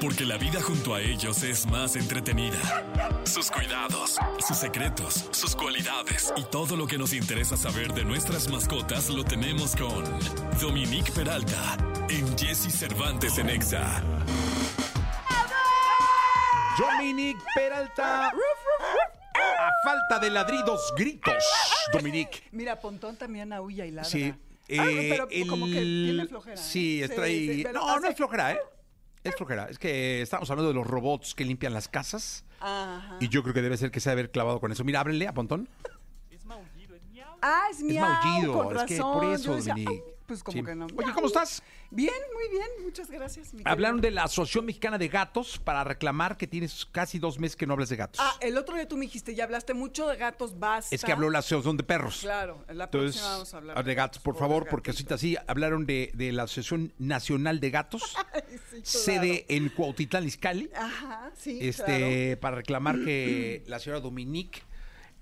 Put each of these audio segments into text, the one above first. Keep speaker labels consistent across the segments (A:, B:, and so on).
A: porque la vida junto a ellos es más entretenida. Sus cuidados, sus secretos, sus cualidades y todo lo que nos interesa saber de nuestras mascotas lo tenemos con Dominique Peralta en Jesse Cervantes en Exa.
B: Dominique Peralta. A falta de ladridos, gritos. Dominique.
C: Mira, Pontón también aúlla y ladra.
B: Sí.
C: Ah, no,
B: eh,
C: pero como que
B: el-
C: tiene flojera.
B: Sí,
C: ¿eh?
B: está ahí.
C: sí, pero
B: no, no
C: hace-
B: es flojera, ¿eh? Es flojera. Es que estamos hablando de los robots que limpian las casas.
C: Ajá.
B: Y yo creo que debe ser que se ha de haber clavado con eso. Mira, ábrele a Pontón.
C: Ah, es miau,
B: maullido,
C: con
B: es que
C: razón.
B: por eso,
C: Yo decía,
B: Dominique.
C: "Au", Pues como
B: Sí.
C: que no.
B: Oye, ¿cómo estás?
C: Bien, muy bien, muchas gracias. mi
B: Hablaron
C: querido.
B: de la Asociación Mexicana de Gatos para reclamar que tienes casi dos meses que no hablas de gatos.
C: Ah, el otro día tú me dijiste, ya hablaste mucho de gatos, basta.
B: es que habló la Asociación de Perros.
C: Claro, en la
B: Entonces,
C: próxima vamos a hablar.
B: de gatos, por
C: los
B: favor,
C: pobres
B: porque ahorita
C: gatitos.
B: sí hablaron de, de la Asociación Nacional de Gatos,
C: Ay, sí,
B: sede en Cuautitlán, Izcalli,
C: claro. Ajá, Ah, sí,
B: este, para reclamar que la señora Dominique
C: claro.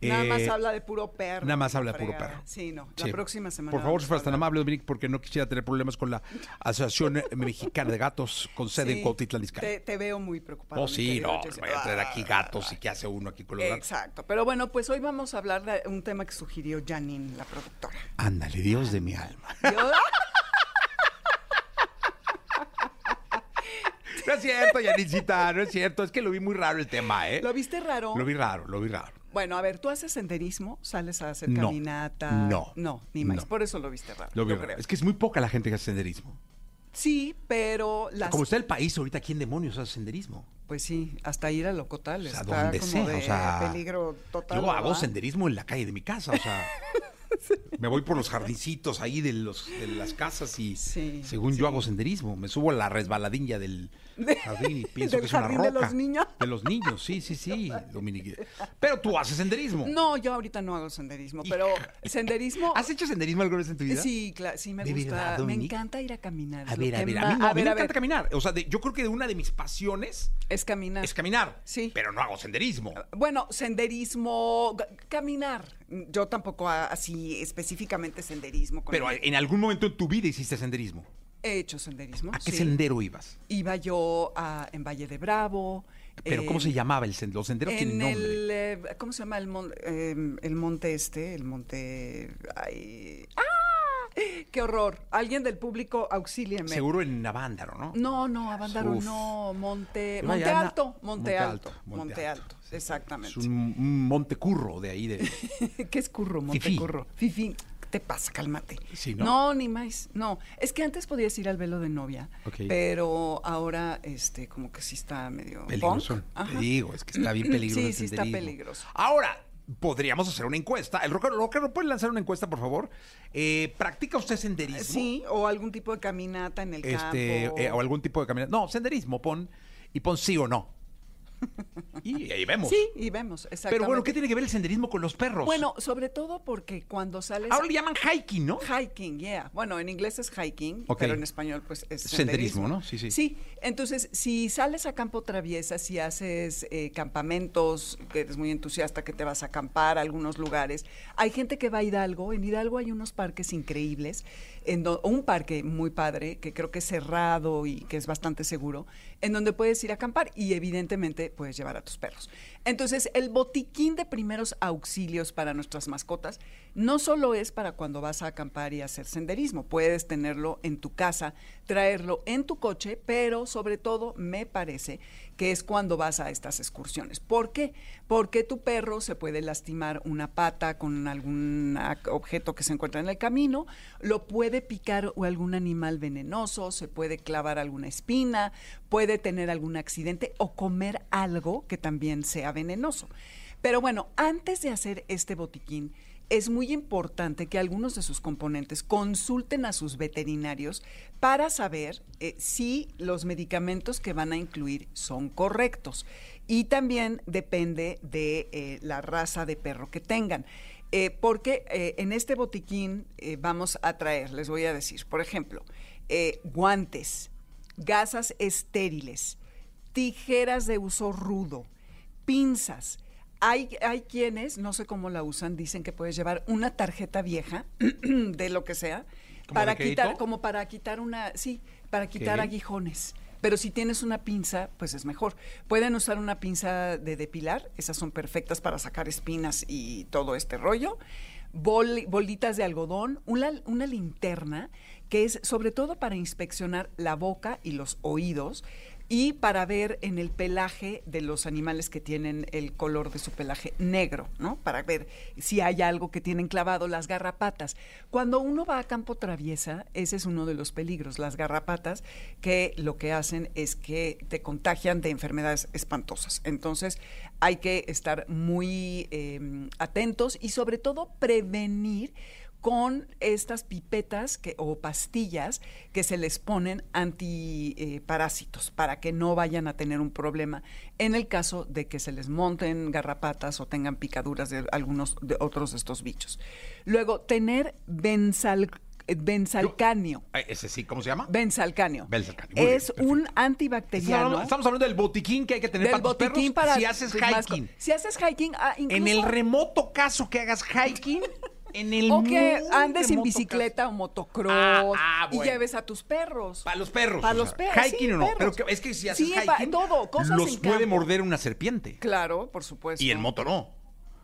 C: Nada más
B: eh,
C: habla de puro perro.
B: nada más habla de
C: fregada.
B: puro perro.
C: Sí, no,
B: Sí.
C: la próxima semana.
B: Por favor,
C: vamos
B: si
C: a
B: fueras tan
C: hablar.
B: amable, Dominique, porque no quisiera tener problemas con la Asociación eh, Mexicana de Gatos con sede en
C: Sí,
B: Cuautitlán, Izcalli.
C: Te, te veo muy preocupado.
B: Oh,
C: mi
B: sí,
C: querido
B: no,
C: Jesse.
B: voy a traer aquí gatos y qué hace uno aquí con los gatos.
C: Exacto. Pero bueno, pues hoy vamos a hablar de un tema que sugirió Janine, la productora.
B: Ándale, Dios de mi alma.
C: Yo-
B: No es cierto, Yanisita, no es cierto. Es que lo vi muy raro el tema, ¿eh?
C: ¿Lo viste raro?
B: Lo vi raro, lo vi raro.
C: Bueno, a ver, ¿tú haces senderismo? ¿Sales a hacer
B: No.
C: caminata?
B: No.
C: No, ni más.
B: No.
C: Por eso lo viste raro.
B: Lo vi
C: yo
B: raro.
C: creo.
B: Es que es muy poca la gente que hace senderismo.
C: Sí, pero las.
B: Como está el país ahorita, ¿quién demonios hace senderismo?
C: Pues sí, hasta ir a Locotal.
B: O sea,
C: está
B: donde
C: como
B: sea,
C: de
B: o sea,
C: peligro total.
B: Yo hago
C: ¿verdad?
B: senderismo en la calle de mi casa, o sea, me voy por los jardincitos ahí de, los, de las casas y
C: Sí,
B: según yo hago senderismo, me subo a la resbaladilla del
C: De-
B: jardín y pienso
C: del
B: que es una
C: jardín
B: roca.
C: de los niños.
B: De los niños, sí, sí, sí, Dominique. Pero tú haces senderismo.
C: No, yo ahorita no hago senderismo, pero senderismo.
B: ¿Has hecho senderismo alguna vez en tu vida?
C: Sí, cla- sí me
B: ¿De
C: gusta.
B: verdad,
C: me
B: Dominique?
C: encanta ir a caminar.
B: A
C: es lo
B: ver, a
C: que
B: ver, a
C: ma-
B: mí, no, a mí me
C: ver, a
B: encanta
C: ver,
B: caminar. O sea, de- yo creo que una de mis pasiones
C: Es caminar.
B: es caminar.
C: Ah, Sí. Ah,
B: Pero no hago senderismo.
C: Bueno, senderismo, g- caminar. Yo tampoco a- así específicamente senderismo. con
B: Pero
C: el-
B: en algún momento en tu vida hiciste senderismo.
C: he hecho senderismo.
B: ¿A Ah, qué
C: sí.
B: sendero ibas?
C: Iba yo a- en Valle de Bravo.
B: Pero ¿cómo
C: en-
B: se llamaba el sendero? Los senderos tienen
C: Eh, En
B: nombre.
C: el, eh, ¿cómo se llama el, mon- eh, el monte este? El monte... ay, ¡Ah! ¡Qué horror! Alguien del público, auxílieme.
B: Seguro en Navándaro, ¿no?
C: No, no, Abándaro,
B: Uf.
C: no, Monte,
B: Iba
C: monte
B: ya en la-
C: alto, monte, alto, Monte Alto,
B: sí.
C: exactamente.
B: Es un, un monte curro de ahí. De...
C: ¿Qué es curro, Montecurro? Fifi, ¿qué te pasa? Cálmate.
B: Sí, ¿no?
C: ni más. No, es que antes podías ir al velo de novia,
B: Ok.
C: pero ahora este como que sí está medio
B: Peligroso.
C: punk. Ajá.
B: Te digo, es que está bien peligroso.
C: Sí,
B: el
C: sí está
B: senderismo.
C: peligroso.
B: Ahora, podríamos hacer una encuesta. El rockero, rockero puede lanzar una encuesta, por favor. Eh, ¿Practica usted senderismo?
C: Sí, o algún tipo de caminata en el
B: Este,
C: campo.
B: eh, o algún tipo de caminata. No, senderismo, pon. Y pon sí o no. Y ahí vemos.
C: Sí, y vemos, exactamente.
B: Pero bueno, ¿qué tiene que ver el senderismo con los perros?
C: Bueno, sobre todo porque cuando sales
B: ahora le llaman hiking, ¿no?
C: hiking, yeah. Bueno, en inglés es hiking,
B: Ok.
C: pero en español pues es
B: Senderismo,
C: senderismo,
B: ¿no? Sí, sí.
C: Sí, entonces si sales a campo traviesa, si haces eh, campamentos, que eres muy entusiasta que te vas a acampar a algunos lugares, hay gente que va a Hidalgo, en Hidalgo hay unos parques increíbles, en do- un parque muy padre que creo que es cerrado y que es bastante seguro, en donde puedes ir a acampar y evidentemente puedes llevar a tus perros. Entonces, el botiquín de primeros auxilios para nuestras mascotas no solo es para cuando vas a acampar y hacer senderismo, puedes tenerlo en tu casa, traerlo en tu coche, pero sobre todo me parece que es cuando vas a estas excursiones. ¿Por qué? Porque tu perro se puede lastimar una pata con algún ac- objeto que se encuentra en el camino, lo puede picar o algún animal venenoso, se puede clavar alguna espina, puede tener algún accidente o comer algo que también sea venenoso. Pero bueno, antes de hacer este botiquín, es muy importante que algunos de sus componentes consulten a sus veterinarios para saber eh, si los medicamentos que van a incluir son correctos. Y también depende de eh, la raza de perro que tengan. Eh, porque eh, en este botiquín eh, vamos a traer, les voy a decir, por ejemplo, eh, guantes, gasas estériles, tijeras de uso rudo, pinzas. Hay, hay quienes, no sé cómo la usan, dicen que puedes llevar una tarjeta vieja de lo que sea
B: ¿Como de
C: para
B: crédito?
C: quitar, como para quitar una, sí, para quitar
B: Ok.
C: aguijones, Pero si tienes una pinza, pues es mejor. Pueden usar una pinza de depilar, esas son perfectas para sacar espinas y todo este rollo. Bol, bolitas de algodón, una, una linterna que es sobre todo para inspeccionar la boca y los oídos y para ver en el pelaje de los animales que tienen el color de su pelaje negro, ¿no? Para ver si hay algo que tienen clavado las garrapatas. Cuando uno va a campo traviesa, ese es uno de los peligros, las garrapatas, que lo que hacen es que te contagian de enfermedades espantosas. Entonces hay que estar muy eh, atentos y sobre todo prevenir con estas pipetas que, o pastillas que se les ponen antiparásitos eh, para que no vayan a tener un problema en el caso de que se les monten garrapatas o tengan picaduras de algunos de otros de estos bichos. Luego, tener eh, benzal, benzalcanio.
B: Ah, ¿Ese sí? ¿Cómo se llama?
C: Benzalcanio.
B: Benzalcanio, muy bien,
C: Es un antibacteriano.
B: Estamos, estamos hablando del botiquín que hay que tener
C: del
B: para tus
C: botiquín
B: perros
C: para
B: si haces
C: tus masco-
B: hiking.
C: Si haces hiking, ah,
B: En
C: incluso-
B: el remoto caso que hagas hiking, en el
C: o que
B: muy
C: andes en
B: remoto
C: bicicleta o motocross
B: Ah, ah,
C: y
B: bueno.
C: lleves a tus perros.
B: caso. Para los perros.
C: Para
B: o
C: los
B: sea,
C: perros.
B: Hiking
C: sí,
B: o no.
C: perros.
B: Pero que- es que si haces
C: Sí, pa-
B: hiking,
C: todo, cosas
B: los
C: en
B: puede
C: campo.
B: morder una serpiente.
C: Claro, por supuesto.
B: Y en moto no.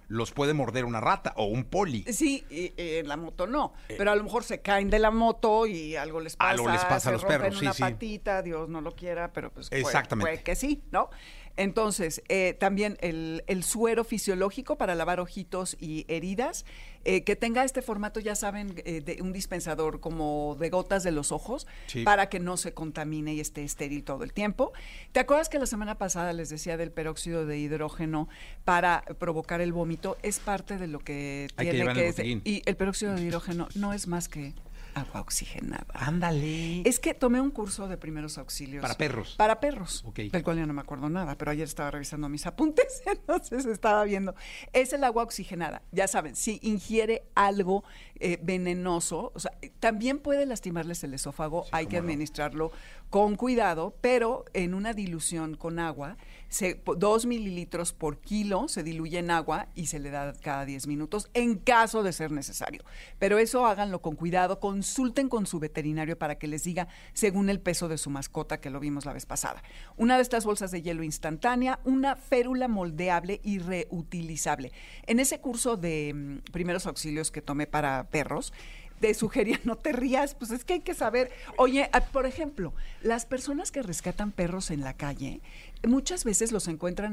B: Los puede morder una rata o un poli.
C: Sí, y- y en la moto no. pero a lo mejor se caen de la moto y algo les pasa.
B: Eh. Algo les pasa a
C: se
B: los
C: rompen
B: perros, sí,
C: una
B: sí.
C: patita, Dios no lo quiera, pero pues puede-
B: Exactamente.
C: puede que sí, ¿no? Entonces, eh, también el, el suero fisiológico para lavar ojitos y heridas, eh, que tenga este formato, ya saben, eh, de un dispensador como de gotas de los ojos,
B: Sí.
C: para que no se contamine y esté estéril todo el tiempo. ¿Te acuerdas que la semana pasada les decía del peróxido de hidrógeno para provocar el vómito? Es parte de lo que
B: Hay que
C: tiene
B: llevar en el
C: es de-
B: botiquín.
C: y el peróxido de hidrógeno no es más que agua oxigenada.
B: Ándale.
C: Es que tomé un curso de primeros auxilios.
B: Para perros.
C: Para perros.
B: Ok.
C: Del cual ya no me acuerdo nada, pero ayer estaba revisando mis apuntes, entonces estaba viendo. Es el agua oxigenada. Ya saben, si ingiere algo eh, venenoso, o sea, también puede lastimarles el esófago. Hay que administrarlo con cuidado, pero en una dilución con agua, se, po- dos mililitros por kilo se diluye en agua y se le da cada 10 minutos en caso de ser necesario. Pero eso háganlo con cuidado, consulten con su veterinario para que les diga según el peso de su mascota que lo vimos la vez pasada. Una de estas bolsas de hielo instantánea, una férula moldeable y reutilizable. En ese curso de mm, primeros auxilios que tomé para perros, te sugería, no te rías, pues es que hay que saber. Oye, ah, por ejemplo, las personas que rescatan perros en la calle, muchas veces los encuentran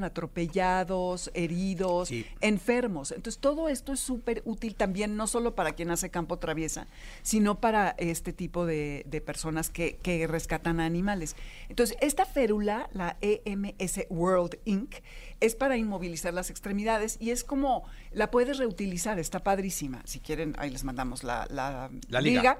C: atropellados, heridos,
B: Sí.
C: enfermos. Entonces, todo esto es súper útil también, no solo para quien hace campo traviesa, sino para este tipo de, de personas que, que rescatan a animales. Entonces, esta férula, la EMS World Inc., es para inmovilizar las extremidades y es como, la puedes reutilizar, está padrísima. Si quieren, ahí les mandamos la, la,
B: La liga.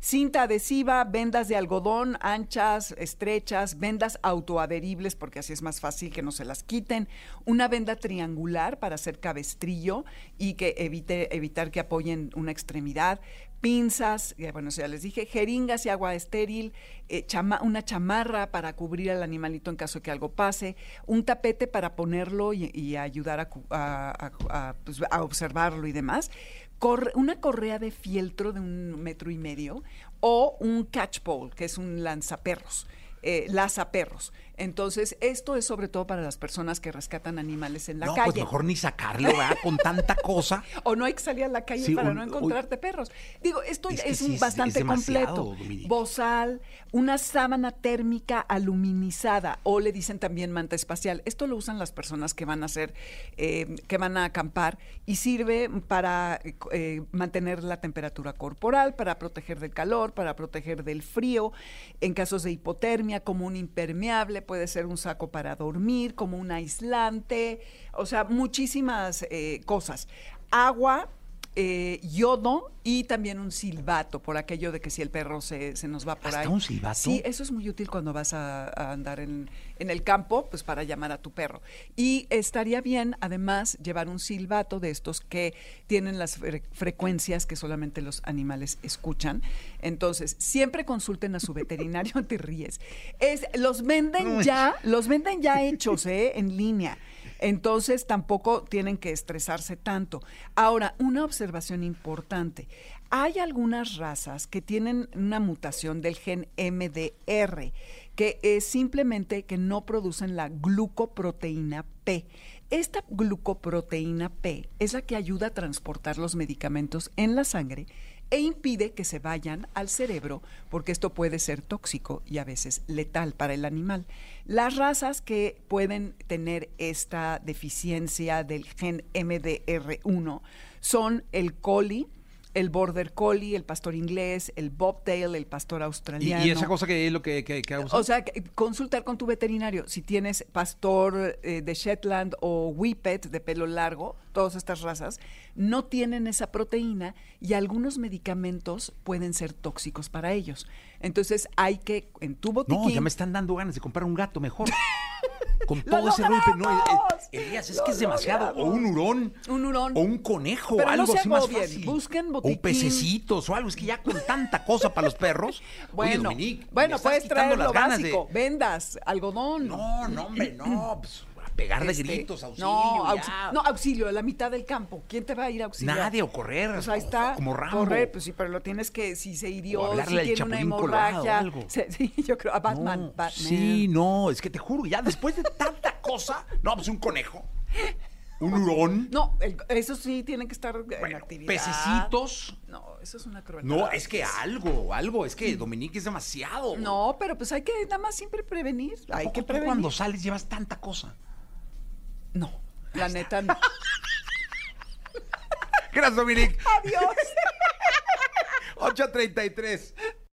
C: Cinta adhesiva, vendas de algodón anchas, estrechas, vendas autoadheribles porque así es más fácil que no se las quiten, una venda triangular para hacer cabestrillo y que evite evitar que apoyen una extremidad, pinzas, eh, bueno, eso ya les dije, jeringas y agua estéril, eh, chama- una chamarra para cubrir al animalito en caso que algo pase, un tapete para ponerlo y, y ayudar a, cu- a- a- a, pues, a observarlo y demás cor- una correa de fieltro de un metro y medio o un catch pole, que es un lanzaperros, eh, lazaperros. Entonces, esto es sobre todo para las personas que rescatan animales en la
B: no,
C: calle.
B: pues mejor ni sacarlo, ¿verdad? Con tanta cosa.
C: O no hay que salir a la calle
B: Sí,
C: para
B: un-
C: no encontrarte perros. Digo, esto
B: Es
C: es,
B: que sí,
C: un-
B: es- es
C: bastante
B: demasiado,
C: completo.
B: Dominique.
C: Bozal, una sábana térmica aluminizada, o le dicen también manta espacial. Esto lo usan las personas que van a hacer, eh, que van a acampar y sirve para eh, mantener la temperatura corporal, para proteger del calor, para proteger del frío. En casos de hipotermia, como un impermeable, puede ser un saco para dormir, como un aislante, o sea, muchísimas eh, cosas. Agua, eh, yodo y también un silbato, por aquello de que si el perro se, se nos va por
B: ¿Hasta
C: ahí.
B: un silbato?
C: Sí, eso es muy útil cuando vas a, a andar en, en el campo, pues para llamar a tu perro. Y estaría bien, además, llevar un silbato de estos que tienen las fre- frecuencias que solamente los animales escuchan. Entonces, siempre consulten a su veterinario, te ríes. Es, los venden ya, los venden ya hechos, ¿eh? En línea. Entonces tampoco tienen que estresarse tanto. Ahora, una observación importante. Hay algunas razas que tienen una mutación del gen MDR que es simplemente que no producen la glucoproteína P. Esta glucoproteína P es la que ayuda a transportar los medicamentos en la sangre e impide que se vayan al cerebro porque esto puede ser tóxico y a veces letal para el animal. Las razas que pueden tener esta deficiencia del gen MDR1 son el coli, el border collie, el pastor inglés, el bobtail, el pastor
B: Y,
C: australiano.
B: y esa cosa que es lo que, que, que ha usado.
C: O sea, que- consultar con tu veterinario. Si tienes pastor eh, de Shetland o Whippet de pelo largo, todas estas razas, no tienen esa proteína y algunos medicamentos pueden ser tóxicos para ellos. Entonces hay que, en tu botiquín...
B: no, ya me están dando ganas de comprar un gato mejor. Con
C: ¡Lo
B: todo ese golpe, no, eh,
C: logramos!
B: eh, Elías, es
C: ¡Lo
B: que es demasiado. O un hurón.
C: Un hurón.
B: O un conejo,
C: Pero no
B: algo
C: se
B: así más
C: agobien,
B: fácil.
C: busquen
B: O
C: botiquín.
B: pececitos o algo. Es que ya con tanta cosa para los perros. Oye,
C: bueno,
B: Dominique, me
C: bueno
B: estás
C: puedes
B: quitando
C: traer
B: las
C: lo
B: ganas
C: básico. Vendas, algodón.
B: de... No, no, hombre, no. pues, a pegar de
C: Este,
B: gritos, auxilio.
C: No,
B: ya.
C: auxi- no, auxilio, a la mitad del campo. ¿Quién te va a ir a auxiliar?
B: Nadie, o correr,
C: Pues ahí
B: o-
C: está.
B: como Rambo.
C: Correr, pues sí, pero lo tienes que, si se hirió,
B: O hablarle
C: si
B: al
C: tiene una
B: Chapulín Colorado o
C: hemorragia.
B: algo.
C: se- sí, yo creo, a Batman.
B: No,
C: Batman.
B: Sí, no, es que te juro, ya después de tanta cosa. No, pues un conejo. Un hurón.
C: No, el- esos sí tienen que estar en
B: bueno,
C: actividad.
B: pececitos.
C: No, eso es una crueldad.
B: No, es que algo, algo. Es que Dominique es demasiado.
C: No, pero pues hay que nada más siempre prevenir.
B: ¿A
C: Hay
B: poco
C: que
B: tú
C: prevenir.
B: cuando sales llevas tanta cosa.
C: No, la neta no.
B: Gracias, Dominique.
C: Adiós.
B: 833.